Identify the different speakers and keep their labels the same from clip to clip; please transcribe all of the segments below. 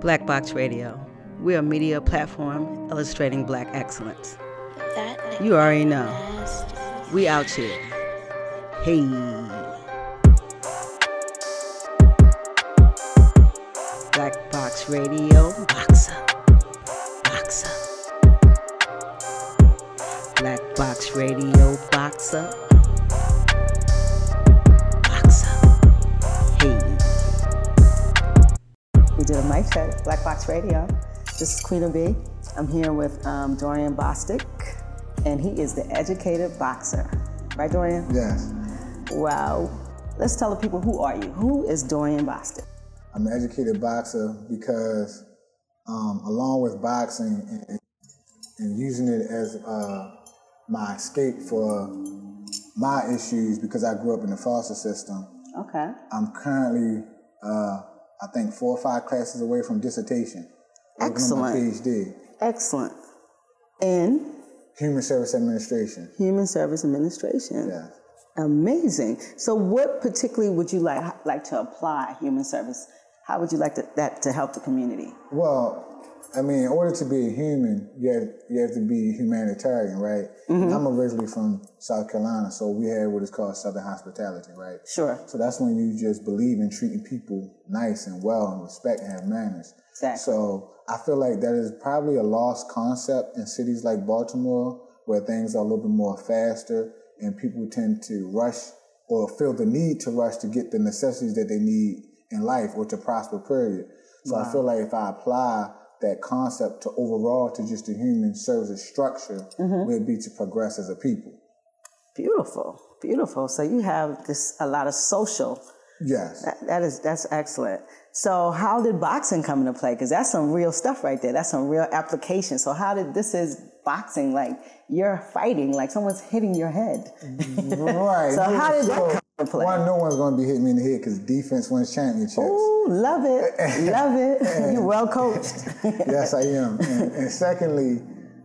Speaker 1: Black Box Radio. We're a media platform illustrating black excellence.
Speaker 2: That
Speaker 1: You already know.
Speaker 2: nasty.
Speaker 1: We out here. Hey. Black Box Radio. Box up. Box up. Black Box Radio. Box up. Box up. Hey. We did a mic check. Black Box Radio. This is Queen of B. I'm here with um, Dorian Bostic, and he is the educated boxer. Right, Dorian?
Speaker 3: Yes,
Speaker 1: Wow. Let's tell the people who are you? Who is Dorian Bostic?
Speaker 3: I'm an educated boxer because, um, along with boxing and, and using it as uh, my escape for my issues, because I grew up in the foster system,
Speaker 1: Okay.
Speaker 3: I'm currently, uh, I think, four or five classes away from dissertation. working on my
Speaker 1: Excellent.
Speaker 3: PhD,
Speaker 1: Excellent. In
Speaker 3: Human Service Administration.
Speaker 1: Human Service Administration.
Speaker 3: Yes.
Speaker 1: Amazing. So, what particularly would you like like to apply human service? How would you like to, that to help the community?
Speaker 3: Well, I mean, in order to be a human, you have, you have to be humanitarian, right? And I'm originally from South Carolina, so we had what is called Southern hospitality, right?
Speaker 1: Sure.
Speaker 3: So that's when you just believe in treating people nice and well and respect and have manners.
Speaker 1: Exactly.
Speaker 3: So I feel like that is probably a lost concept in cities like Baltimore, where things are a little bit more faster and people tend to rush or feel the need to rush to get the necessities that they need in life or to prosper, period. So I feel like if I apply that concept to overall to just the human services structure,
Speaker 1: Mm-hmm.
Speaker 3: we'd be to progress as a people.
Speaker 1: Beautiful. Beautiful. So you have this a lot of social.
Speaker 3: Yes.
Speaker 1: That, that is that's excellent. So how did boxing come into play? Because that's some real stuff right there. That's some real application. So how did this is boxing like you're fighting like someone's hitting your head?
Speaker 3: Right.
Speaker 1: So how did that
Speaker 3: So,
Speaker 1: come into play?
Speaker 3: One, no one's going to be hitting me in the head because defense wins championships.
Speaker 1: Ooh, love it, love it. You're well coached.
Speaker 3: Yes, I am. and, and secondly,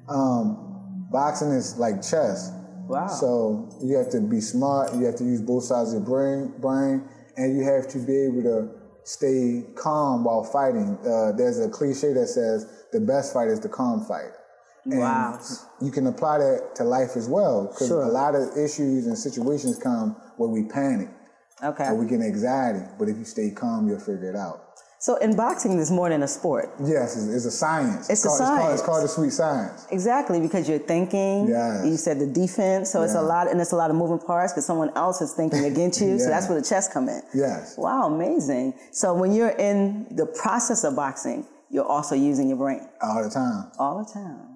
Speaker 3: um, boxing is like chess.
Speaker 1: Wow.
Speaker 3: So you have to be smart. You have to use both sides of your brain, brain, and you have to be able to stay calm while fighting. Uh, there's a cliche that says the best fight is the calm fight. And
Speaker 1: Wow.
Speaker 3: You can apply that to life as well because
Speaker 1: Sure.
Speaker 3: a lot of issues and situations come where we panic.
Speaker 1: Okay.
Speaker 3: or we get anxiety. But if you stay calm, you'll figure it out.
Speaker 1: So in boxing, there's more than a sport.
Speaker 3: Yes, it's, it's a science.
Speaker 1: It's a
Speaker 3: called, Called,
Speaker 1: science.
Speaker 3: it's called the sweet science.
Speaker 1: Exactly, because you're thinking.
Speaker 3: Yes.
Speaker 1: You said the defense, so it's a
Speaker 3: Yeah.
Speaker 1: lot, and it's a lot of moving parts because someone else is thinking against you. So
Speaker 3: Yeah.
Speaker 1: that's where the chess come in.
Speaker 3: Yes.
Speaker 1: Wow, amazing. So when you're in the process of boxing, you're also using your brain
Speaker 3: All the time.
Speaker 1: all the time. Wow.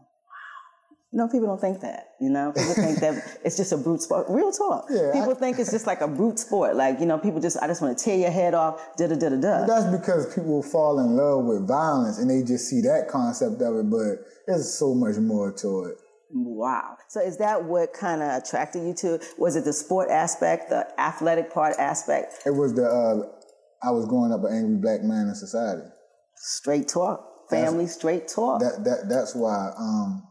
Speaker 1: No, people don't think that. You know, people think that it's just a brute sport. Real talk.
Speaker 3: Yeah, I-
Speaker 1: people think it's just like a brute sport. Like you know, people just I just want to tear your head off. Da da da da da.
Speaker 3: That's because people fall in love with violence and they just see that concept of it, but there's so much more to it.
Speaker 1: Wow. So is that what kind of attracted you to? Was it the sport aspect, the athletic part aspect?
Speaker 3: It was the, uh, I was growing up an angry black man in society.
Speaker 1: Straight talk, family, straight talk.
Speaker 3: That, that, that's why, um,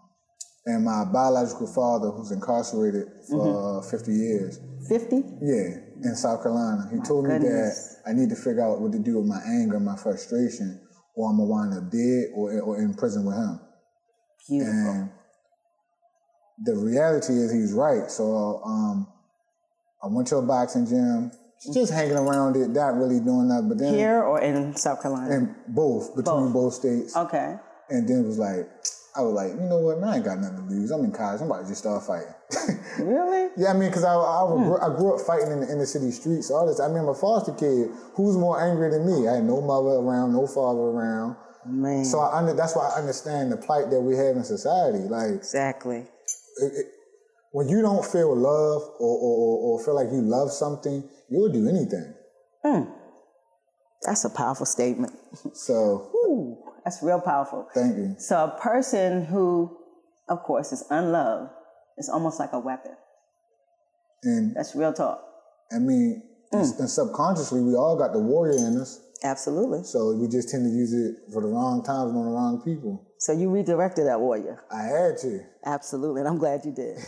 Speaker 3: and my biological father, who's incarcerated for
Speaker 1: Mm-hmm.
Speaker 3: uh 50 years,
Speaker 1: Fifty.
Speaker 3: Yeah, in South Carolina. He told
Speaker 1: goodness.
Speaker 3: me that I need to figure out what to do with my anger and my frustration, or I'm gonna wind up dead or, or in prison with him.
Speaker 1: Beautiful.
Speaker 3: And the reality is, he's right. So um, I went to a boxing gym, just hanging around it, not really doing nothing. But then,
Speaker 1: Mm-hmm. Here or in South Carolina.
Speaker 3: and both between both, states,
Speaker 1: Okay.
Speaker 3: and then it was like. I was like, you know what, man, I ain't got nothing to lose. I'm in college. I'm about to just start fighting.
Speaker 1: Really?
Speaker 3: Yeah, I mean, because I, I, was- I grew up fighting in the inner city streets, all this. I mean, I'm a foster kid. Who's more angry than me? I had no mother around, no father around.
Speaker 1: Man.
Speaker 3: So I under, that's why I understand the plight that we have in society. Like,
Speaker 1: exactly.
Speaker 3: when you don't feel love or, or, or, or feel like you love something, you'll do anything.
Speaker 1: That's a powerful statement.
Speaker 3: So,
Speaker 1: Ooh, that's real powerful.
Speaker 3: thank you.
Speaker 1: So a person who, of course, is unloved is almost like a weapon.
Speaker 3: And
Speaker 1: That's real talk.
Speaker 3: I mean, and subconsciously, we all got the warrior in us.
Speaker 1: Absolutely.
Speaker 3: So we just tend to use it for the wrong times on the wrong people.
Speaker 1: So you redirected that warrior.
Speaker 3: I had to.
Speaker 1: Absolutely, and I'm glad you did.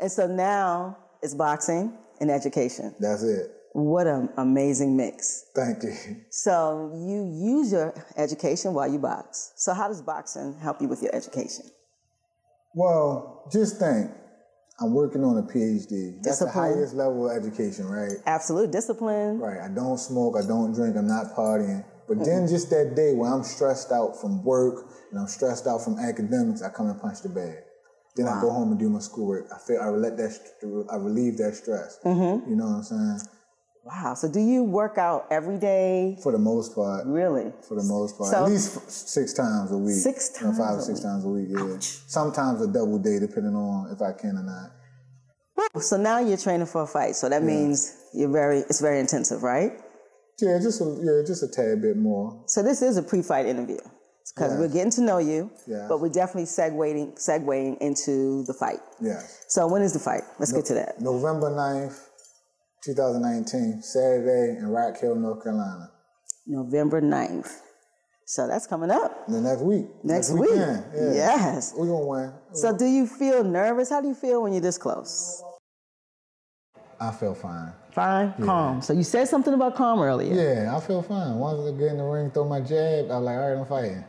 Speaker 1: and so now it's boxing and education.
Speaker 3: That's it.
Speaker 1: What an amazing mix.
Speaker 3: Thank you.
Speaker 1: So you use your education while you box. So how does boxing help you with your education?
Speaker 3: Well, just think, I'm working on a PhD. That's the
Speaker 1: Discipline.
Speaker 3: highest level of education, right?
Speaker 1: Absolute discipline.
Speaker 3: Right. I don't smoke. I don't drink. I'm not partying. But then just that day when I'm stressed out from work and I'm stressed out from academics, I come and punch the bag. Then I go home and do my schoolwork. I feel I let that st- I relieve that stress.
Speaker 1: Mm-hmm.
Speaker 3: You know what I'm saying?
Speaker 1: Wow. So do you work out every day?
Speaker 3: For the most part.
Speaker 1: Really?
Speaker 3: For the most part,
Speaker 1: So-
Speaker 3: at least f- six times a week.
Speaker 1: Six
Speaker 3: You know, five
Speaker 1: times
Speaker 3: or
Speaker 1: a
Speaker 3: six
Speaker 1: week.
Speaker 3: times a week. Yeah.
Speaker 1: Ouch.
Speaker 3: Sometimes a double day, depending on if I can or not.
Speaker 1: So now you're training for a fight. So that means you're very it's very intensive, right?
Speaker 3: Yeah, just a, yeah, just a tad bit more.
Speaker 1: So this is a pre-fight interview because we're getting to know you,
Speaker 3: Yes.
Speaker 1: but we're definitely segueing segueing into the fight.
Speaker 3: Yes.
Speaker 1: So when is the fight? Let's get to that.
Speaker 3: November 9th, 2019, Saturday in Rock Hill, North Carolina.
Speaker 1: November 9th. So that's coming up
Speaker 3: The next week.
Speaker 1: next week.
Speaker 3: weekend, Yeah.
Speaker 1: Yes.
Speaker 3: We're going to win.
Speaker 1: So do you feel nervous? How do you feel when you're this close?
Speaker 3: I feel fine.
Speaker 1: Fine, calm. So you said something about calm earlier.
Speaker 3: Yeah, I feel fine. Once I get in the ring, throw my jab, I'm like, all right, I'm fighting.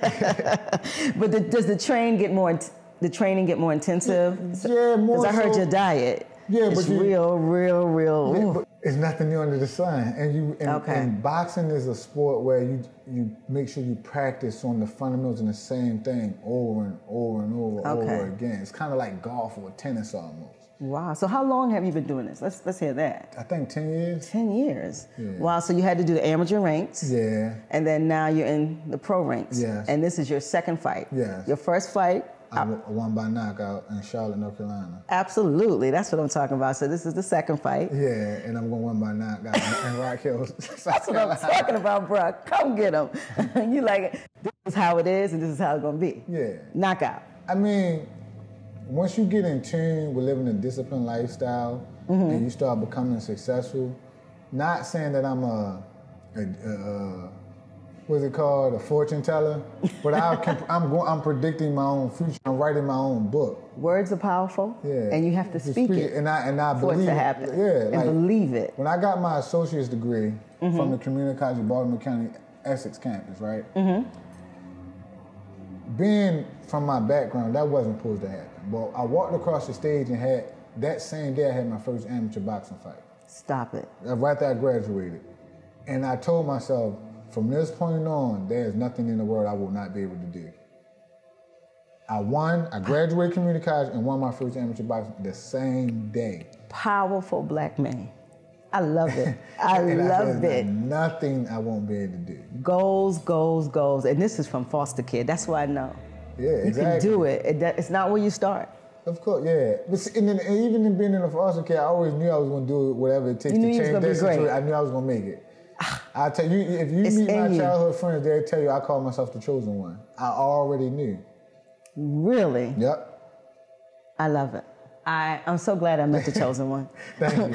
Speaker 1: But the, does the train get more? int- The training get more intensive?
Speaker 3: Yeah, more
Speaker 1: Because I heard
Speaker 3: so-
Speaker 1: your diet.
Speaker 3: Yeah,
Speaker 1: it's
Speaker 3: but you-
Speaker 1: real, real, real.
Speaker 3: Yeah,
Speaker 1: ooh.
Speaker 3: but it's nothing new under the sun. And you and,
Speaker 1: Okay.
Speaker 3: and boxing is a sport where you you make sure you practice on the fundamentals and the same thing over and over and over
Speaker 1: Okay.
Speaker 3: over again. It's kind of like golf or tennis almost.
Speaker 1: Wow. So how long have you been doing this? Let's let's hear that.
Speaker 3: I think 10 years.
Speaker 1: Ten years. Wow. So you had to do the amateur ranks,
Speaker 3: Yeah.
Speaker 1: and then now you're in the pro ranks.
Speaker 3: Yes.
Speaker 1: And this is your second fight.
Speaker 3: Yes.
Speaker 1: Your first fight.
Speaker 3: I w- won by knockout in Charlotte, North Carolina.
Speaker 1: Absolutely. That's what I'm talking about. So this is the second fight.
Speaker 3: Yeah, and I'm gonna win by knockout in in Rock Hill, South
Speaker 1: That's what I'm
Speaker 3: Carolina.
Speaker 1: talking about, bro. Come get him. you like this is how it is, and this is how it's gonna be.
Speaker 3: Yeah.
Speaker 1: Knockout.
Speaker 3: I mean, once you get in tune with living a disciplined lifestyle
Speaker 1: Mm-hmm.
Speaker 3: and you start becoming successful, not saying that I'm a, a, a, a what's it called, a fortune teller, but I can, I'm going, I'm predicting my own future. I'm writing my own book.
Speaker 1: Words are powerful,
Speaker 3: Yeah.
Speaker 1: and you have to
Speaker 3: Just
Speaker 1: speak it
Speaker 3: and I and I
Speaker 1: for
Speaker 3: believe
Speaker 1: it to happen.
Speaker 3: Yeah,
Speaker 1: and
Speaker 3: like,
Speaker 1: believe it.
Speaker 3: When I got my associate's degree from the Community College of Baltimore County Essex campus, right? Being from my background, that wasn't supposed to happen. But I walked across the stage and had that same day I had my first amateur boxing fight uh,
Speaker 1: Stop it.
Speaker 3: right after I graduated. And I told myself, from this point on, there is nothing in the world I will not be able to do. I won, I graduated community college and won my first amateur boxing the same day.
Speaker 1: Powerful black man. I love it. I
Speaker 3: And
Speaker 1: loved
Speaker 3: there's
Speaker 1: it.
Speaker 3: Nothing I won't be able to do.
Speaker 1: Goals, goals, goals. And this is from foster kid. That's why I know.
Speaker 3: Yeah,
Speaker 1: You
Speaker 3: exactly.
Speaker 1: can do it. It do- It's not where you start.
Speaker 3: Of course, yeah. But see, and, then, and even in being in the foster care, I always knew I was going to do whatever it takes
Speaker 1: You knew
Speaker 3: to
Speaker 1: you was
Speaker 3: change
Speaker 1: gonna
Speaker 3: that
Speaker 1: be great. Ah.
Speaker 3: situation. I knew I was going to make it. I tell you, if you
Speaker 1: It's
Speaker 3: meet my
Speaker 1: in you.
Speaker 3: childhood friends, they'll tell you I call myself the chosen one. I already knew.
Speaker 1: Really.
Speaker 3: Yep.
Speaker 1: I love it. I, I'm so glad I met the chosen one.
Speaker 3: Thank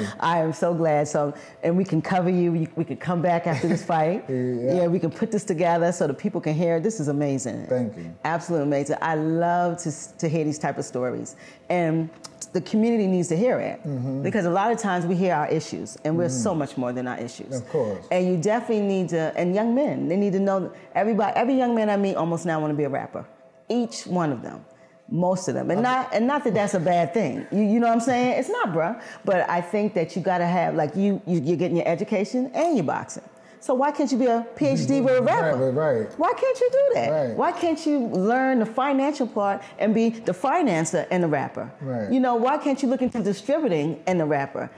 Speaker 3: you.
Speaker 1: I am so glad. So, and we can cover you. We, we can come back after this fight.
Speaker 3: Yeah.
Speaker 1: we can put this together so the people can hear. it. This is amazing.
Speaker 3: Thank you.
Speaker 1: Absolutely amazing. I love to, s- to hear these type of stories, and the community needs to hear it
Speaker 3: Mm-hmm.
Speaker 1: because a lot of times we hear our issues, and we're so much more than our issues.
Speaker 3: Mm. Of course.
Speaker 1: And you definitely need to. And young men, they need to know. Everybody, every young man I meet almost now want to be a rapper. Each one of them. Most of them, and not and not that that's a bad thing. You, you know what I'm saying? It's not, bruh. But I think that you gotta have like you, you you're getting your education and your boxing. So why can't you be a PhD with a rapper?
Speaker 3: Mm-hmm. Right, right.
Speaker 1: Why can't you do that?
Speaker 3: Right.
Speaker 1: Why can't you learn the financial part and be the financer and the rapper?
Speaker 3: Right.
Speaker 1: You know, why can't you look into distributing and the rapper?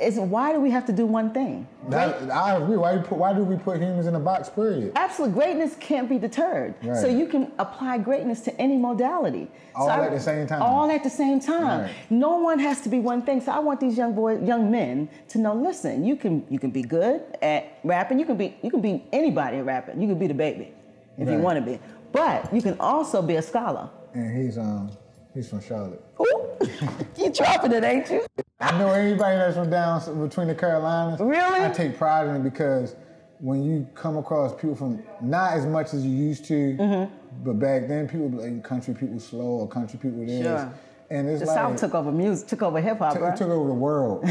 Speaker 1: It's why do we have to do one thing?
Speaker 3: That, I agree. Why, you put, why do we put humans in a box, period?
Speaker 1: Absolute greatness can't be deterred. So
Speaker 3: Right.
Speaker 1: you can apply greatness to any modality.
Speaker 3: All
Speaker 1: so I-
Speaker 3: at the same time.
Speaker 1: All at the same time.
Speaker 3: Right.
Speaker 1: No one has to be one thing. So I want these young boys, young men, to know. Listen, you can you can be good at rapping. You can be you can be anybody at rapping. You can be the baby if you
Speaker 3: Right.
Speaker 1: want to be. But you can also be a scholar.
Speaker 3: And he's um he's from Charlotte.
Speaker 1: Ooh, you dropping it, ain't you?
Speaker 3: I know everybody that's from down between the Carolinas.
Speaker 1: Really?
Speaker 3: I take pride in it because when you come across people from not as much
Speaker 1: Mm-hmm.
Speaker 3: as you used to, but back then people be like country people slow or country people this.
Speaker 1: Sure.
Speaker 3: And it's
Speaker 1: The
Speaker 3: like
Speaker 1: South took over music, took over hip hop,
Speaker 3: it
Speaker 1: bruh.
Speaker 3: took over the world.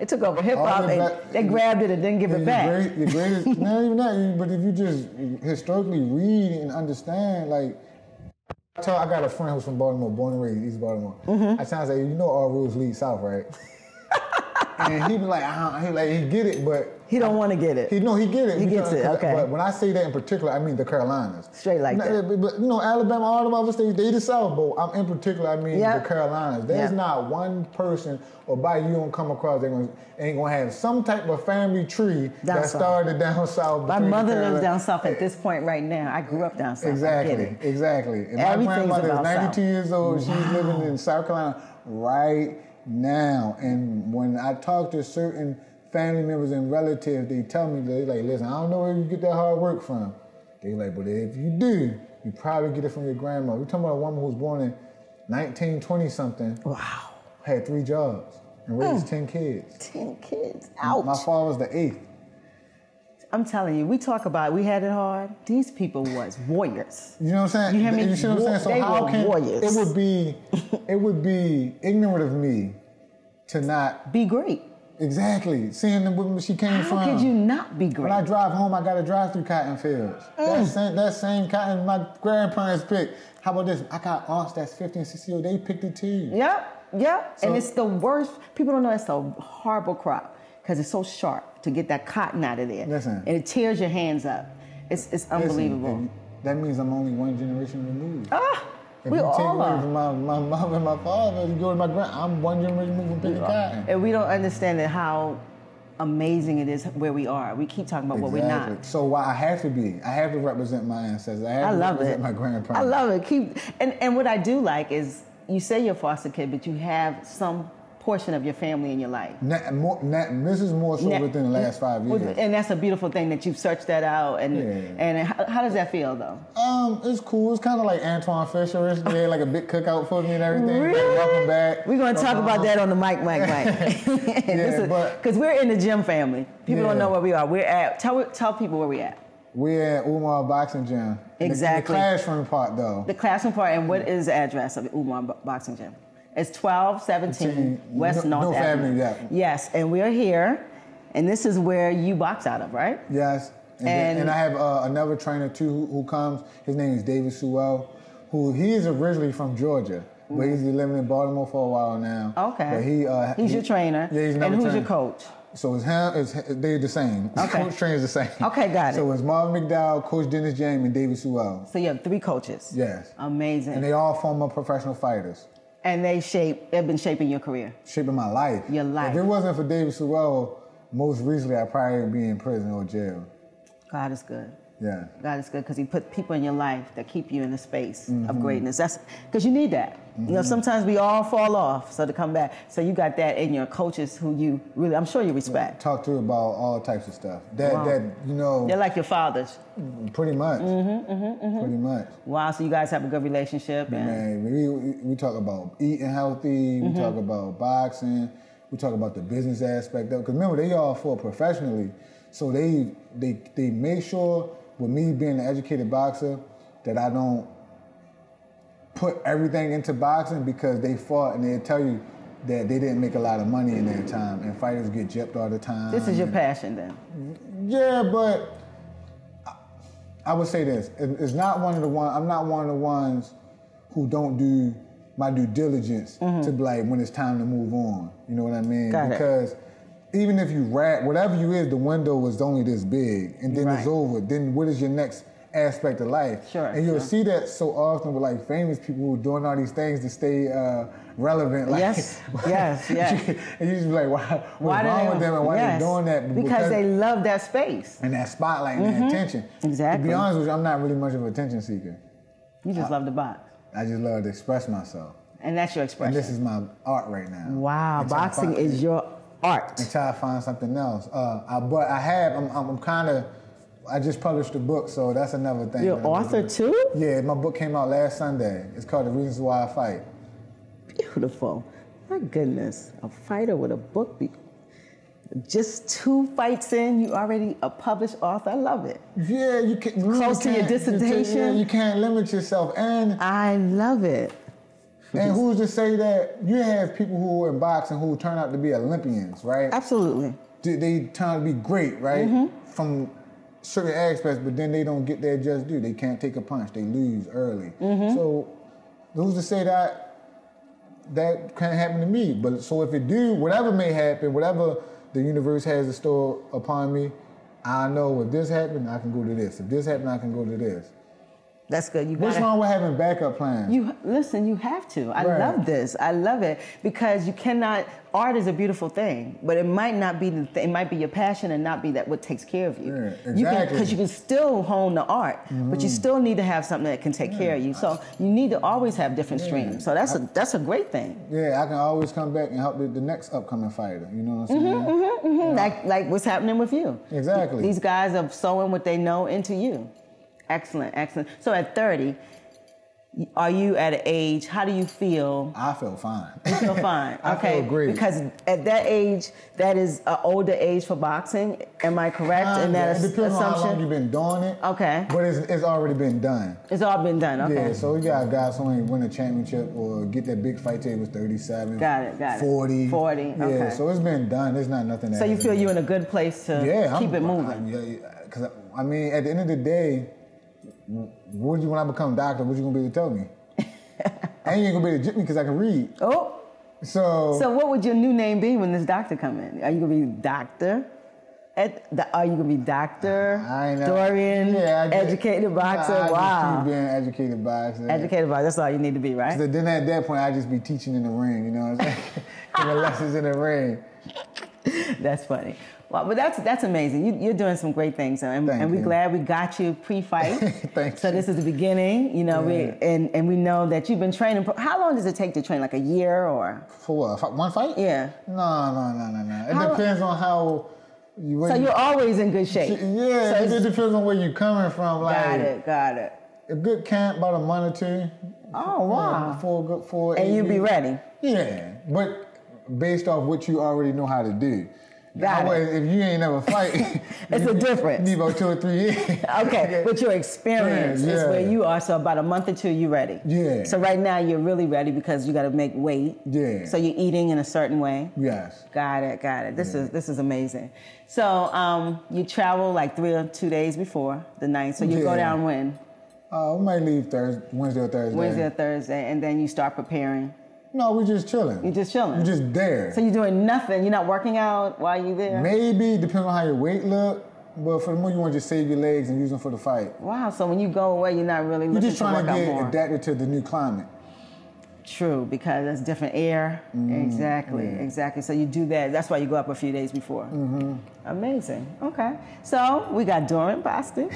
Speaker 1: It took over hip
Speaker 3: All
Speaker 1: hop.
Speaker 3: the
Speaker 1: They,
Speaker 3: black-
Speaker 1: they grabbed it and didn't give it
Speaker 3: Your
Speaker 1: back.
Speaker 3: great- your greatest, not even that. you- But if you just historically read and understand, like, I tell I got a friend who's from Baltimore, born and raised East Baltimore.
Speaker 1: Mm-hmm.
Speaker 3: I tell him, I say, you know, all roads lead south, right? and he be like, ah, he like, he get it, but
Speaker 1: He don't want to get it.
Speaker 3: he no, he get it.
Speaker 1: He
Speaker 3: because-
Speaker 1: gets it, okay.
Speaker 3: But when I say that in particular, I mean the Carolinas.
Speaker 1: Straight like
Speaker 3: No,
Speaker 1: that.
Speaker 3: But, but, you know, Alabama, all them other states, they the South, but I'm in particular, I mean
Speaker 1: Yep.
Speaker 3: the Carolinas. There's
Speaker 1: Yep.
Speaker 3: not one person or body you don't come across that gonna, ain't gonna have some type of family tree
Speaker 1: Down
Speaker 3: that
Speaker 1: south.
Speaker 3: started down south.
Speaker 1: My
Speaker 3: between the
Speaker 1: mother lives
Speaker 3: Carolinas.
Speaker 1: down south at this point right now. I grew up down south. I get it.
Speaker 3: Exactly, exactly. And my
Speaker 1: Everything's
Speaker 3: grandmother is
Speaker 1: about
Speaker 3: 92
Speaker 1: South.
Speaker 3: years old. She's living in South Carolina right now. And when I talk to certain family members and relatives, they tell me, they like, listen, I don't know where you get that hard work from. They like, but if you do, you probably get it from your grandma. We're talking about a woman who was born in 1920 something,
Speaker 1: Wow.
Speaker 3: had three jobs, and raised 10 kids.
Speaker 1: 10 kids. Hmm. Ouch.
Speaker 3: My father was the eighth.
Speaker 1: I'm telling you, we talk about we had it hard. These people was warriors.
Speaker 3: You know what I'm saying?
Speaker 1: You hear me?
Speaker 3: You see what I'm saying? So
Speaker 1: They
Speaker 3: how
Speaker 1: were
Speaker 3: can
Speaker 1: warriors.
Speaker 3: it would be it would be ignorant of me to not
Speaker 1: Be great.
Speaker 3: exactly seeing the woman she came
Speaker 1: How
Speaker 3: from.
Speaker 1: could you not be great?
Speaker 3: when I drive home, I got to drive through cotton fields.
Speaker 1: Mm.
Speaker 3: That, same, that same cotton my grandparents picked. How about this? I got aunts that's 50 and 60 old. They picked it too.
Speaker 1: Yep, yep.
Speaker 3: So-
Speaker 1: and it's the worst. People don't know it's a horrible crop because it's so sharp to get that cotton out of there.
Speaker 3: Listen.
Speaker 1: And it tears your hands up. It's, it's
Speaker 3: Listen,
Speaker 1: unbelievable.
Speaker 3: and that means I'm only one generation removed.
Speaker 1: ah,
Speaker 3: if
Speaker 1: we
Speaker 3: you take
Speaker 1: all
Speaker 3: away
Speaker 1: are.
Speaker 3: from my, my mom and my father, you go to my grand, I'm one generation removed from picking cotton.
Speaker 1: And we don't understand that how amazing it is where we are. We keep talking about what we're
Speaker 3: Exactly.
Speaker 1: not.
Speaker 3: So why I have to be, I have to represent my ancestors. I, have
Speaker 1: I
Speaker 3: to
Speaker 1: love
Speaker 3: represent
Speaker 1: it.
Speaker 3: My grandparents.
Speaker 1: I love it. Keep and, and what I do like is you say you're a foster kid, but you have some portion of your family in your life.
Speaker 3: Not, more, not, this is more so
Speaker 1: Now-
Speaker 3: within the last five years.
Speaker 1: And that's a beautiful thing that you've searched that out. And
Speaker 3: Yeah.
Speaker 1: and how, how does that feel though?
Speaker 3: Um, it's cool. It's kind of like Antoine Fisher. They had like a big cookout for me and everything. Like, welcome back.
Speaker 1: We're gonna talk about
Speaker 3: Uh-huh.
Speaker 1: that on the mic, mic, mic.
Speaker 3: but-
Speaker 1: because we're in the gym family. People
Speaker 3: Yeah.
Speaker 1: don't know where we are. We're at. Tell tell people where we at.
Speaker 3: We're at Umar Boxing Gym. The-
Speaker 1: Exactly.
Speaker 3: The, classroom part though.
Speaker 1: The classroom part and what is the address of Umar Bo- Boxing Gym? It's 1217
Speaker 3: Between
Speaker 1: West
Speaker 3: North-
Speaker 1: North,
Speaker 3: North
Speaker 1: Avenue.
Speaker 3: Avenue, yeah.
Speaker 1: Yes, and we're here, and this is where you box out of, right?
Speaker 3: Yes. And, then-
Speaker 1: And-
Speaker 3: and I have uh, another trainer too who, who comes. His name is David Sewell, who he is originally from Georgia, but he's been living in Baltimore for a while now.
Speaker 1: Okay.
Speaker 3: But he uh,
Speaker 1: he's
Speaker 3: he-
Speaker 1: your trainer.
Speaker 3: Yeah, he's
Speaker 1: and
Speaker 3: another
Speaker 1: who's your
Speaker 3: trainer.
Speaker 1: coach?
Speaker 3: So it's him. It's they're the same.
Speaker 1: Okay.
Speaker 3: Coach trains the same.
Speaker 1: Okay, got it.
Speaker 3: So it's Marvin McDowell, Coach Dennis James, and David Sewell.
Speaker 1: So you have three coaches.
Speaker 3: Yes.
Speaker 1: Amazing.
Speaker 3: And they all former professional fighters,
Speaker 1: shape they've been shaping your career.
Speaker 3: shaping my life.
Speaker 1: Your life.
Speaker 3: If it wasn't for David Sewell, most recently I'd probably be in prison or jail.
Speaker 1: God is good.
Speaker 3: Yeah.
Speaker 1: God is good because He put people in your life that keep you in a space
Speaker 3: Mm-hmm.
Speaker 1: of greatness. That's because you need that. You know, sometimes we all fall off, so to come back. So you got that in your coaches who you really, I'm sure you respect.
Speaker 3: Talk to about all types of stuff. That
Speaker 1: Wow.
Speaker 3: that you know,
Speaker 1: They're like your fathers.
Speaker 3: pretty much. Mm-hmm, Pretty much.
Speaker 1: Wow, so you guys have a good relationship. And
Speaker 3: Man, we, we we talk about eating healthy.
Speaker 1: Mm-hmm.
Speaker 3: We talk about boxing. We talk about the business aspect of. Because remember, they all for professionally, so they they they make sure with me being an educated boxer that I don't put everything into boxing because they fought and they tell you that they didn't make a lot of money in their time and fighters get gypped all the time.
Speaker 1: this is your
Speaker 3: and-
Speaker 1: passion then.
Speaker 3: yeah, but I- I would say this: It- it's not one of the one. I'm not one of the ones who don't do my due diligence to be like when it's time to move on. You know what I
Speaker 1: Mm-hmm.
Speaker 3: mean?
Speaker 1: Got it.
Speaker 3: because even if you rap, whatever you is, the window is only this big, and then it's
Speaker 1: Right.
Speaker 3: over. Then what is your next? aspect of life
Speaker 1: Sure,
Speaker 3: and you'll
Speaker 1: sure.
Speaker 3: see that so often with like famous people who are doing all these things to stay uh, relevant like
Speaker 1: Yes, yes, yes.
Speaker 3: and you just be like why, what's
Speaker 1: do
Speaker 3: wrong with them and why
Speaker 1: Yes,
Speaker 3: they doing that
Speaker 1: Because they love that space.
Speaker 3: and that spotlight and that attention.
Speaker 1: Mm-hmm. Exactly.
Speaker 3: To be honest with you, I'm not really much of an attention seeker.
Speaker 1: You just love the box.
Speaker 3: I just love to express myself.
Speaker 1: And that's your
Speaker 3: And
Speaker 1: expression.
Speaker 3: this is my art right now.
Speaker 1: wow,
Speaker 3: Until I
Speaker 1: boxing
Speaker 3: find-
Speaker 1: is your art.
Speaker 3: Until I find something else. Uh, I, but I have, I'm, I'm, I'm kind of, I just published a book, so that's another thing.
Speaker 1: You're an
Speaker 3: that I'm
Speaker 1: author
Speaker 3: doing.
Speaker 1: too?
Speaker 3: Yeah, my book came out last Sunday. It's called The Reasons Why I Fight.
Speaker 1: Beautiful. My goodness, a fighter with a book. Be- just two fights in, you already a published author. I love it.
Speaker 3: Yeah, you can you
Speaker 1: Close to your
Speaker 3: can't- you can't-
Speaker 1: dissertation.
Speaker 3: yeah, You can't limit yourself. And
Speaker 1: I love it.
Speaker 3: And who's to say that you have people who are in boxing who turn out to be Olympians, right?
Speaker 1: Absolutely.
Speaker 3: They- They turn out to be great, right?
Speaker 1: Mm-hmm.
Speaker 3: From certain aspects, but then they don't get their just due. They can't take a punch. They lose early.
Speaker 1: Mm-hmm.
Speaker 3: So who's to say that that can't happen to me? But so if it do, whatever may happen, whatever the universe has in store upon me, I know if this happened, I can go to this. If this happened, I can go to this.
Speaker 1: That's good. You
Speaker 3: What's
Speaker 1: gotta-
Speaker 3: wrong with having backup plans?
Speaker 1: You listen. You have to. I
Speaker 3: Right.
Speaker 1: love this. I love it because you cannot. Art is a beautiful thing, but it might not be. The th- it might be your passion and not be that what takes care of you.
Speaker 3: Yeah, exactly. Mm-hmm.
Speaker 1: Because you, can still hone the art, but you still need to have something that can take care of you. So you need to always have different streams. So that's a that's a great thing.
Speaker 3: Yeah, I can always come back and help the, the next upcoming fighter. You know what
Speaker 1: Mm-hmm,
Speaker 3: I'm saying?
Speaker 1: Like like what's happening with you.
Speaker 3: Exactly.
Speaker 1: mm-hmm. These guys are sowing what they know into you. Excellent, excellent. So at thirty. Are you at an age? How do you feel
Speaker 3: I feel fine.
Speaker 1: feel fine.
Speaker 3: I
Speaker 1: okay.
Speaker 3: feel great.
Speaker 1: Because at that age, that is an older age for boxing. Am I correct in
Speaker 3: Kinda.
Speaker 1: that
Speaker 3: Uh, Um, it
Speaker 1: ass-
Speaker 3: depends on how long
Speaker 1: assumption?
Speaker 3: you've been doing it.
Speaker 1: Okay.
Speaker 3: But it's, it's already been done.
Speaker 1: It's all been done. Okay.
Speaker 3: Yeah, so you got guys who ain't win a championship or get that big fight till they was 37.
Speaker 1: Got it, got it.
Speaker 3: 40.
Speaker 1: 40,
Speaker 3: Yeah,
Speaker 1: okay.
Speaker 3: so it's been done. There's not nothing that
Speaker 1: so you
Speaker 3: hasn't
Speaker 1: feel
Speaker 3: been
Speaker 1: you're in a good place to
Speaker 3: yeah,
Speaker 1: keep
Speaker 3: I'm,
Speaker 1: it moving.
Speaker 3: I, yeah, because I, I mean, at the end of the day, w- what you when I become doctor, what you gonna be able to tell me? and you ain't gonna be able to jip me because I can read.
Speaker 1: oh.
Speaker 3: So,
Speaker 1: So what would your new name be when this doctor come in? Are you gonna be doctor? Ed, the, are you gonna be doctor?
Speaker 3: I ain't never-
Speaker 1: Dorian.
Speaker 3: Yeah, I just-
Speaker 1: educated boxer.
Speaker 3: I just keep
Speaker 1: wow.
Speaker 3: being educated boxer.
Speaker 1: Educated boxer. That's all you need to be, right?
Speaker 3: So then at that point, I just be teaching in the ring. You know what I'm saying? Giving lessons in the ring.
Speaker 1: That's funny. Well, but that's that's amazing. You, you're doing some great things, and,
Speaker 3: Thank
Speaker 1: and we're
Speaker 3: you.
Speaker 1: glad we got you pre-fight.
Speaker 3: Thank
Speaker 1: so
Speaker 3: you.
Speaker 1: this is the beginning, you know.
Speaker 3: Yeah.
Speaker 1: We and and we know that you've been training. for- How long does it take to train? Like a year or?
Speaker 3: For what? Fi- One fight?
Speaker 1: Yeah.
Speaker 3: No, no, no, no, no. It
Speaker 1: How-
Speaker 3: depends on how you. Where
Speaker 1: So
Speaker 3: you
Speaker 1: you're always in good shape.
Speaker 3: yeah,
Speaker 1: So
Speaker 3: it,
Speaker 1: it's-
Speaker 3: depends on where you're coming from. Like
Speaker 1: got it. Got it.
Speaker 3: a good camp, about a month or two. uh,
Speaker 1: Oh wow.
Speaker 3: Four, good four.
Speaker 1: And
Speaker 3: eight
Speaker 1: you'll be
Speaker 3: weeks.
Speaker 1: ready.
Speaker 3: Yeah, but based off what you already know how to do.
Speaker 1: Got
Speaker 3: Now,
Speaker 1: it.
Speaker 3: If you ain't never fight,
Speaker 1: It's a
Speaker 3: you-
Speaker 1: difference.
Speaker 3: You need about two or three years.
Speaker 1: Okay, but your experience
Speaker 3: Yeah,
Speaker 1: is
Speaker 3: yeah.
Speaker 1: where you are. So about a month or two, you ready.
Speaker 3: Yeah.
Speaker 1: So right now you're really ready because you got to make weight.
Speaker 3: Yeah.
Speaker 1: So you're eating in a certain way.
Speaker 3: Yes.
Speaker 1: Got it, got it. This is this is amazing. So um, you travel like three or two days before the night. So you go
Speaker 3: Yeah.
Speaker 1: down when
Speaker 3: Uh, we might leave Thursday, Wednesday or Thursday.
Speaker 1: Wednesday or Thursday, and then you start preparing.
Speaker 3: No, we just chilling.
Speaker 1: You're just chilling.
Speaker 3: We're just there.
Speaker 1: so you're doing nothing. You're not working out while you're there.
Speaker 3: Maybe depending on how your weight look, but for the more you want to just save your legs and use them for the fight.
Speaker 1: Wow. So when you go away, you're not really
Speaker 3: You're
Speaker 1: looking
Speaker 3: just
Speaker 1: to
Speaker 3: trying
Speaker 1: work
Speaker 3: to
Speaker 1: out
Speaker 3: get
Speaker 1: more.
Speaker 3: adapted to the new climate.
Speaker 1: True, because it's different air.
Speaker 3: Mm-hmm.
Speaker 1: exactly, exactly. So you do that. That's why you go up a few days before.
Speaker 3: Mm-hmm.
Speaker 1: Amazing. Okay. So we got Doran Boston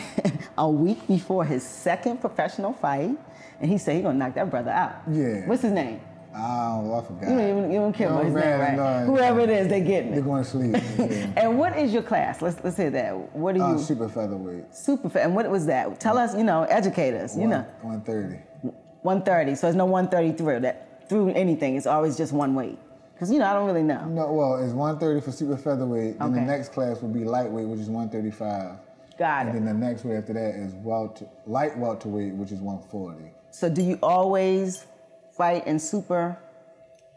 Speaker 1: a week before his second professional fight, and he said he's gonna knock that brother out.
Speaker 3: Yeah.
Speaker 1: What's his name?
Speaker 3: Oh, I forgot.
Speaker 1: You don't, even, you don't care about
Speaker 3: No,
Speaker 1: his
Speaker 3: man,
Speaker 1: name, right?
Speaker 3: no.
Speaker 1: Whoever it is, they getting
Speaker 3: They're
Speaker 1: it.
Speaker 3: going to sleep. Yeah.
Speaker 1: And what is your class? Let's let's hear that. What are you
Speaker 3: Uh, Mm. super featherweight.
Speaker 1: super? Fa- and what was that? Tell us. You know, educate us. You know,
Speaker 3: One thirty.
Speaker 1: one thirty. So there's no one thirty through that through anything. It's always just one weight. Because you know, I don't really know.
Speaker 3: No, well, it's one thirty for super featherweight. Then
Speaker 1: Okay.
Speaker 3: the next class would be lightweight, which is one thirty five.
Speaker 1: Got
Speaker 3: And
Speaker 1: it.
Speaker 3: then the next one after that is welter, light welterweight, which is one forty.
Speaker 1: So do you always fight in super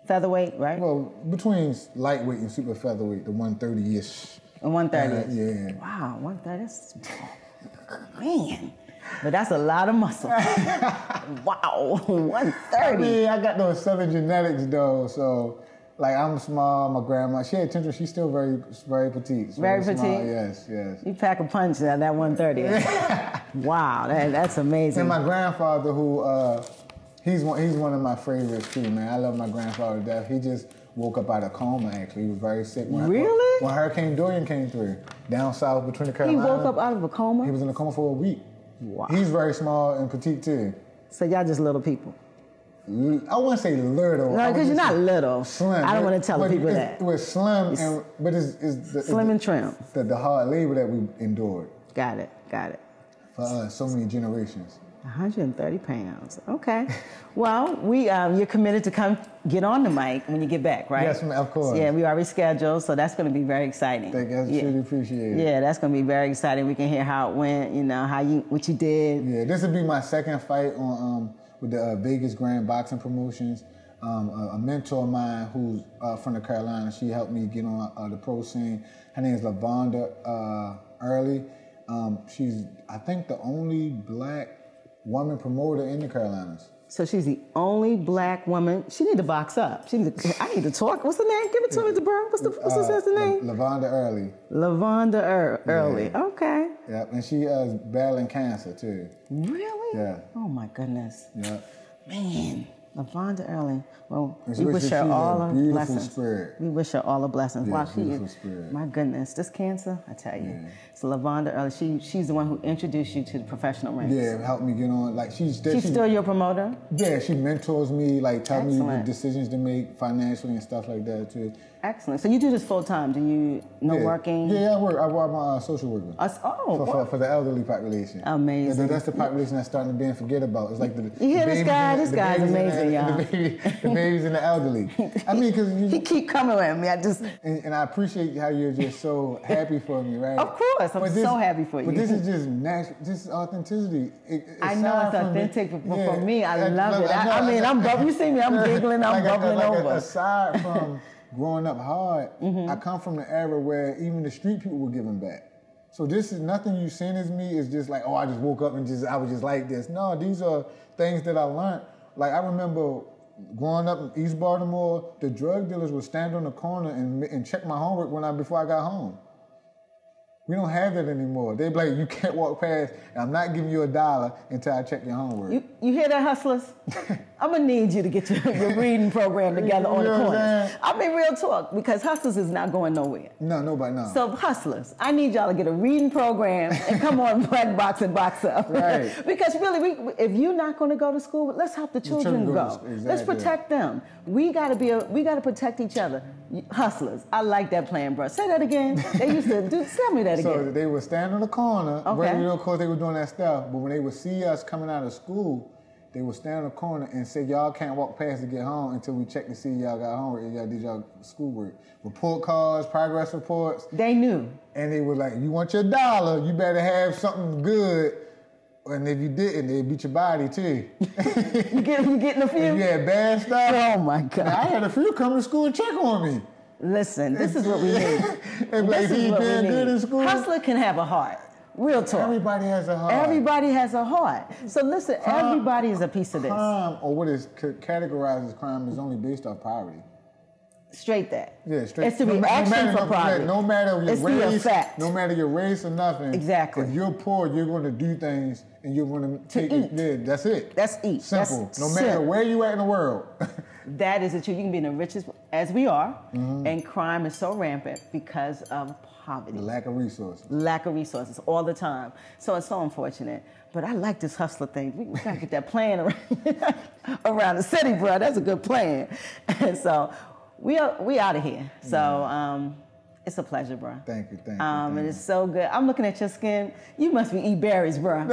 Speaker 1: featherweight, right?
Speaker 3: Well, between lightweight and super featherweight, the one thirty ish.
Speaker 1: In one thirty.
Speaker 3: uh, yeah.
Speaker 1: Wow, one thirty. That's man, but that's a lot of muscle. wow, one
Speaker 3: I
Speaker 1: thirty.
Speaker 3: mean, I got those southern genetics though, so like I'm small. My grandma, she had tendrils. She's still very, very petite. so
Speaker 1: Very
Speaker 3: small,
Speaker 1: petite?
Speaker 3: Yes, yes.
Speaker 1: You pack a punch at that one thirty. wow, that, that's amazing.
Speaker 3: And my grandfather, who uh, he's one, he's one of my favorites too, man. I love my grandfather to death. He just woke up out of coma. Actually, he was very sick. When
Speaker 1: Really?
Speaker 3: when Hurricane Dorian came through down south between the
Speaker 1: he
Speaker 3: Carolinas,
Speaker 1: woke up out of a
Speaker 3: He
Speaker 1: coma.
Speaker 3: was in a coma for a week.
Speaker 1: Wow.
Speaker 3: He's very small and petite too.
Speaker 1: So y'all just little people.
Speaker 3: L- I wouldn't say little. I
Speaker 1: No,
Speaker 3: would
Speaker 1: because you're
Speaker 3: just
Speaker 1: not
Speaker 3: say
Speaker 1: little.
Speaker 3: Slim.
Speaker 1: I don't
Speaker 3: But-
Speaker 1: want to tell the
Speaker 3: but
Speaker 1: people
Speaker 3: it's-
Speaker 1: that.
Speaker 3: It was slim, and, but it's, it's the,
Speaker 1: Slim and trim.
Speaker 3: The, the hard labor that we endured
Speaker 1: Got it. Got it.
Speaker 3: for uh, so many generations.
Speaker 1: 130 pounds. Okay. Well, we um, you're committed to come get on the mic when you get back, right?
Speaker 3: Yes, ma'am, of course.
Speaker 1: Yeah, we already scheduled, so that's going to be very exciting.
Speaker 3: Thank you. I
Speaker 1: yeah.
Speaker 3: truly appreciate it.
Speaker 1: Yeah, that's going to be very exciting. We can hear how it went, you know, how you what you did.
Speaker 3: Yeah, this would be my second fight on um, with the uh, Vegas Grand Boxing Promotions. Um, a, a mentor of mine who's uh, from the Carolina, she helped me get on uh, the pro scene. Her name is Lavonda uh, Early. Um, she's, I think, the only black woman promoter in the Carolinas.
Speaker 1: So she's the only black woman. She need to box up. She need to, I need to talk. What's the name? Give it to me, bro. What's the what's
Speaker 3: Uh,
Speaker 1: the, what's the
Speaker 3: La-
Speaker 1: name?
Speaker 3: Lavonda Early.
Speaker 1: Lavonda er- Early. Okay.
Speaker 3: Yeah, and she uh, is battling cancer too.
Speaker 1: Really?
Speaker 3: Yeah.
Speaker 1: Oh my goodness,
Speaker 3: Yeah.
Speaker 1: man. Lavonda Early. Well,
Speaker 3: And
Speaker 1: we
Speaker 3: she-
Speaker 1: wish
Speaker 3: she's
Speaker 1: her
Speaker 3: a
Speaker 1: all her
Speaker 3: beautiful
Speaker 1: blessings.
Speaker 3: spirit.
Speaker 1: We wish her all her blessings.
Speaker 3: Yeah,
Speaker 1: wow, she
Speaker 3: beautiful
Speaker 1: is.
Speaker 3: spirit.
Speaker 1: My goodness, this cancer, I tell you.
Speaker 3: Yeah.
Speaker 1: So Lavonda Early, she she's the one who introduced you to the professional ranks.
Speaker 3: Yeah, helped me get on. Like she's there.
Speaker 1: She's
Speaker 3: she-
Speaker 1: still your promoter.
Speaker 3: Yeah, she mentors me, like tells me the
Speaker 1: Excellent.
Speaker 3: decisions to make financially and stuff like that too.
Speaker 1: Excellent. So you do this full time. Do you no
Speaker 3: yeah.
Speaker 1: working?
Speaker 3: Yeah, yeah, I work. I work. I'm a uh, social worker.
Speaker 1: Us, oh,
Speaker 3: for, for, for the elderly population.
Speaker 1: Amazing.
Speaker 3: That- That's the population that's starting to be and forget about. It's like the
Speaker 1: You hear
Speaker 3: the
Speaker 1: this
Speaker 3: babies
Speaker 1: guy?
Speaker 3: and the-
Speaker 1: This
Speaker 3: the
Speaker 1: guy's
Speaker 3: babies and
Speaker 1: amazing,
Speaker 3: the,
Speaker 1: y'all.
Speaker 3: The, baby, the babies and the elderly. I mean, because
Speaker 1: he
Speaker 3: you.
Speaker 1: keep coming at me. I just
Speaker 3: And, and I appreciate how you're just so happy for me, right?
Speaker 1: Of course, I'm
Speaker 3: But
Speaker 1: so happy for
Speaker 3: But
Speaker 1: you.
Speaker 3: this is just natural. This is authenticity. It-
Speaker 1: I know
Speaker 3: aside
Speaker 1: it's
Speaker 3: from the-
Speaker 1: authentic, but for
Speaker 3: yeah,
Speaker 1: me, I love it. I-
Speaker 3: know-
Speaker 1: I mean,
Speaker 3: know-
Speaker 1: I'm bub- you see me, I'm giggling, I'm
Speaker 3: Like I-
Speaker 1: bubbling
Speaker 3: like
Speaker 1: over. Mm-hmm.
Speaker 3: Aside from growing up hard, I come from the era where even the street people were giving back. So this is nothing you seen as me is just like, oh, I just woke up and just I was just like this. No, these are things that I learned. Like I remember growing up in East Baltimore, the drug dealers would stand on the corner and, and check my homework when I before I got home. We don't have that anymore. They be like, you can't walk past, and I'm not giving you a dollar until I check your homework.
Speaker 1: You, you hear that, hustlers? I'm gonna need you to get your, your reading program together on
Speaker 3: You know
Speaker 1: the
Speaker 3: what I'm
Speaker 1: corners.
Speaker 3: saying?
Speaker 1: I mean, real talk, because hustlers is not going nowhere.
Speaker 3: no, nobody, no.
Speaker 1: So hustlers, I need y'all to get a reading program and come on Black Box and Box Up.
Speaker 3: Right.
Speaker 1: because really, we, if you're not going to go to school, let's help the children,
Speaker 3: children go to
Speaker 1: go.
Speaker 3: school,
Speaker 1: Let's
Speaker 3: exactly.
Speaker 1: protect them. We got to be. A, we got to protect each other. Hustlers, I like that plan, bro. Say that again. They used to do. Tell me that again.
Speaker 3: So they would stand on the corner.
Speaker 1: Okay.
Speaker 3: Right, you know, of course, they were doing that stuff. But when they would see us coming out of school, they would stand on the corner and say, "Y'all can't walk past to get home until we check to see y'all got homework and y'all did y'all schoolwork, report cards, progress reports."
Speaker 1: they knew.
Speaker 3: And they were like, "You want your dollar? You better have something good." And if you didn't, they beat your body too.
Speaker 1: You get. You getting a few.
Speaker 3: If you had bad stuff.
Speaker 1: Oh my
Speaker 3: Now,
Speaker 1: God!
Speaker 3: I had a few come to school and check on me.
Speaker 1: Listen, this is what we need.
Speaker 3: and like,
Speaker 1: This
Speaker 3: he
Speaker 1: is what
Speaker 3: did
Speaker 1: we
Speaker 3: good in
Speaker 1: need.
Speaker 3: school.
Speaker 1: Hustler can have a heart. Real talk.
Speaker 3: Everybody has a heart.
Speaker 1: Everybody has a heart. So listen, everybody is a piece of this.
Speaker 3: crime or what is c- categorized as crime is only based off poverty.
Speaker 1: Straight that.
Speaker 3: Yeah, straight.
Speaker 1: It's to
Speaker 3: no
Speaker 1: be
Speaker 3: ma- no
Speaker 1: action
Speaker 3: matter-
Speaker 1: for
Speaker 3: no,
Speaker 1: poverty.
Speaker 3: No matter your
Speaker 1: It's the
Speaker 3: race,
Speaker 1: effect.
Speaker 3: no matter your race or nothing.
Speaker 1: Exactly.
Speaker 3: If you're poor, you're going to do things and you're going to take
Speaker 1: eat.
Speaker 3: it. Yeah, that's it.
Speaker 1: That's eat. That's
Speaker 3: Simple. no matter
Speaker 1: simp.
Speaker 3: where you at in the world.
Speaker 1: That is the truth. You can be in the richest as we are,
Speaker 3: Mm-hmm.
Speaker 1: and crime is so rampant because of poverty.
Speaker 3: the lack of resources.
Speaker 1: lack of resources all the time. So it's so unfortunate. But I like this hustler thing. We, we gotta get that plan around, around the city, bro. That's a good plan. And so we are we out of here. So um, it's a pleasure, bro.
Speaker 3: Mm-hmm. Thank you, thank you,
Speaker 1: Um,
Speaker 3: thank
Speaker 1: it is so good. I'm looking at your skin. You must be eat berries, bro.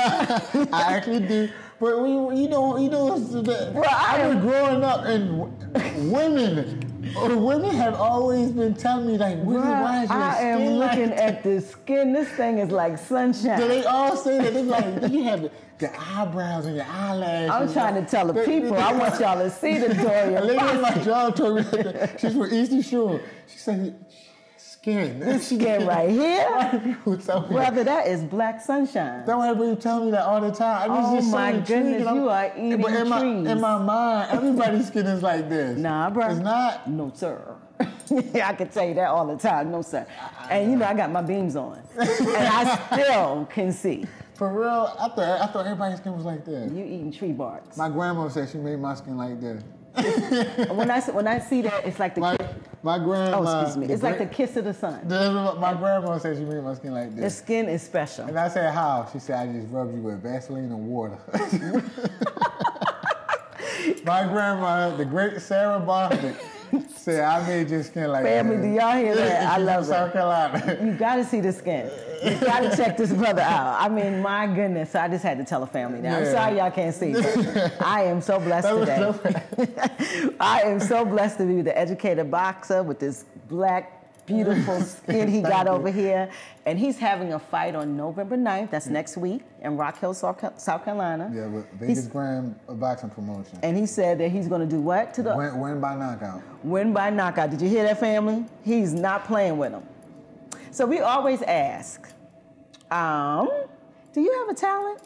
Speaker 3: I actually do. But we, you know, you know, it's the,
Speaker 1: Well, I
Speaker 3: I've
Speaker 1: am-
Speaker 3: been growing up and w- women, women have always been telling me like,
Speaker 1: Bro,
Speaker 3: really, why is your
Speaker 1: I
Speaker 3: skin
Speaker 1: am
Speaker 3: like
Speaker 1: looking at this skin. This thing is like sunshine.
Speaker 3: So they all say that they be like you have the, the eyebrows and your eyelashes.
Speaker 1: I'm trying to tell the people. I want y'all to see the
Speaker 3: A
Speaker 1: Doria.
Speaker 3: lady at my job told me that she's from Eastern Shore. She said skin. This
Speaker 1: Skin right here.
Speaker 3: people tell me that.
Speaker 1: Brother, that is black sunshine.
Speaker 3: That's why everybody tell me that all the time. I
Speaker 1: Oh
Speaker 3: just
Speaker 1: my goodness, you are eating
Speaker 3: But in my,
Speaker 1: trees.
Speaker 3: in my mind, everybody's skin is like this.
Speaker 1: Nah, bro.
Speaker 3: It's not.
Speaker 1: No, sir. I can tell you that all the time. No, sir. And you know, I got my beams on, and I still can see.
Speaker 3: For real, I thought I thought everybody's skin was like this.
Speaker 1: You eating tree barks.
Speaker 3: My grandma said she made my skin like this.
Speaker 1: When I s- when I see that, it's like the
Speaker 3: My
Speaker 1: ki-
Speaker 3: my grandma.
Speaker 1: oh, excuse me.
Speaker 3: the
Speaker 1: It's like the
Speaker 3: great-
Speaker 1: kiss of the sun.
Speaker 3: My grandma said she made my skin like
Speaker 1: The
Speaker 3: this.
Speaker 1: skin is special.
Speaker 3: And I said, how? She said, I just rubbed you with Vaseline and water. My grandma, the great Sarah Bartlett, said, I made your skin like
Speaker 1: Family,
Speaker 3: that.
Speaker 1: do y'all hear that? I
Speaker 3: She's from
Speaker 1: love it.
Speaker 3: South Carolina.
Speaker 1: You gotta see the skin. You gotta check this brother out. I mean, my goodness, I just had to tell the family now. I'm
Speaker 3: Yeah.
Speaker 1: sorry y'all can't see. but I am so blessed
Speaker 3: That was
Speaker 1: today. I am so blessed to be the educated boxer with this black beautiful skin he got
Speaker 3: Thank you.
Speaker 1: over here. And he's having a fight on November 9th. That's next week in Rock Hill, South Ca- South Carolina.
Speaker 3: Yeah, with
Speaker 1: He's-
Speaker 3: Vegas Grand boxing promotion.
Speaker 1: and he said that he's going to do what to the
Speaker 3: Win, win by knockout.
Speaker 1: win by knockout. Did you hear that, family? He's not playing with them. So we always ask, um, do you have a talent?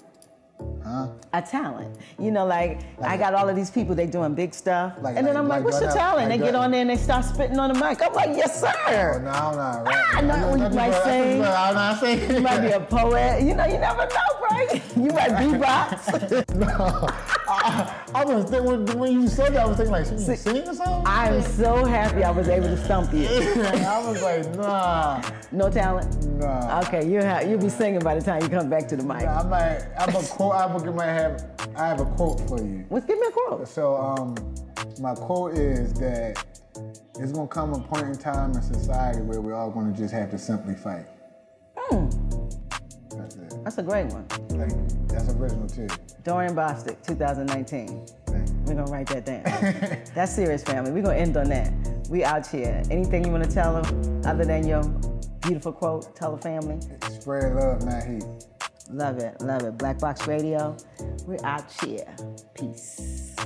Speaker 3: Huh?
Speaker 1: A talent. You know, like, I got all of these people, they doing big stuff.
Speaker 3: Like-
Speaker 1: and then
Speaker 3: like-
Speaker 1: I'm like,
Speaker 3: like
Speaker 1: what's your
Speaker 3: that-
Speaker 1: talent?
Speaker 3: like
Speaker 1: they get
Speaker 3: that.
Speaker 1: on there and they start spitting on the mic. I'm like, yes,
Speaker 3: Oh,
Speaker 1: sir.
Speaker 3: no, I'm not.
Speaker 1: Ah, no, you might say-
Speaker 3: I'm not saying.
Speaker 1: You might be a poet. You know, you never know, right? You might be box.
Speaker 3: I, I was thinking, when, when you said that, I was thinking like, she was singing or something?
Speaker 1: I'm so happy I was able to stump you.
Speaker 3: I was like, nah,
Speaker 1: No talent?
Speaker 3: nah.
Speaker 1: Okay, you ha- you'll be singing by the time you come back to the mic.
Speaker 3: I might, I'm a quote, I would- might have, I have a quote for you.
Speaker 1: Well, give me a quote.
Speaker 3: So, um, my quote is that it's gonna come a point in time in society where we're all gonna just have to simply fight. That's it.
Speaker 1: That's a great one.
Speaker 3: Like, that's original too.
Speaker 1: Dorian Bostick, 2019.
Speaker 3: Like,
Speaker 1: We're gonna write that down. That's serious, family. We're gonna end on that. We out here. Anything you wanna tell them other than your beautiful quote, tell the family.
Speaker 3: spread love, not hate.
Speaker 1: Love it, love it. Black Box Radio, we're out here. Peace.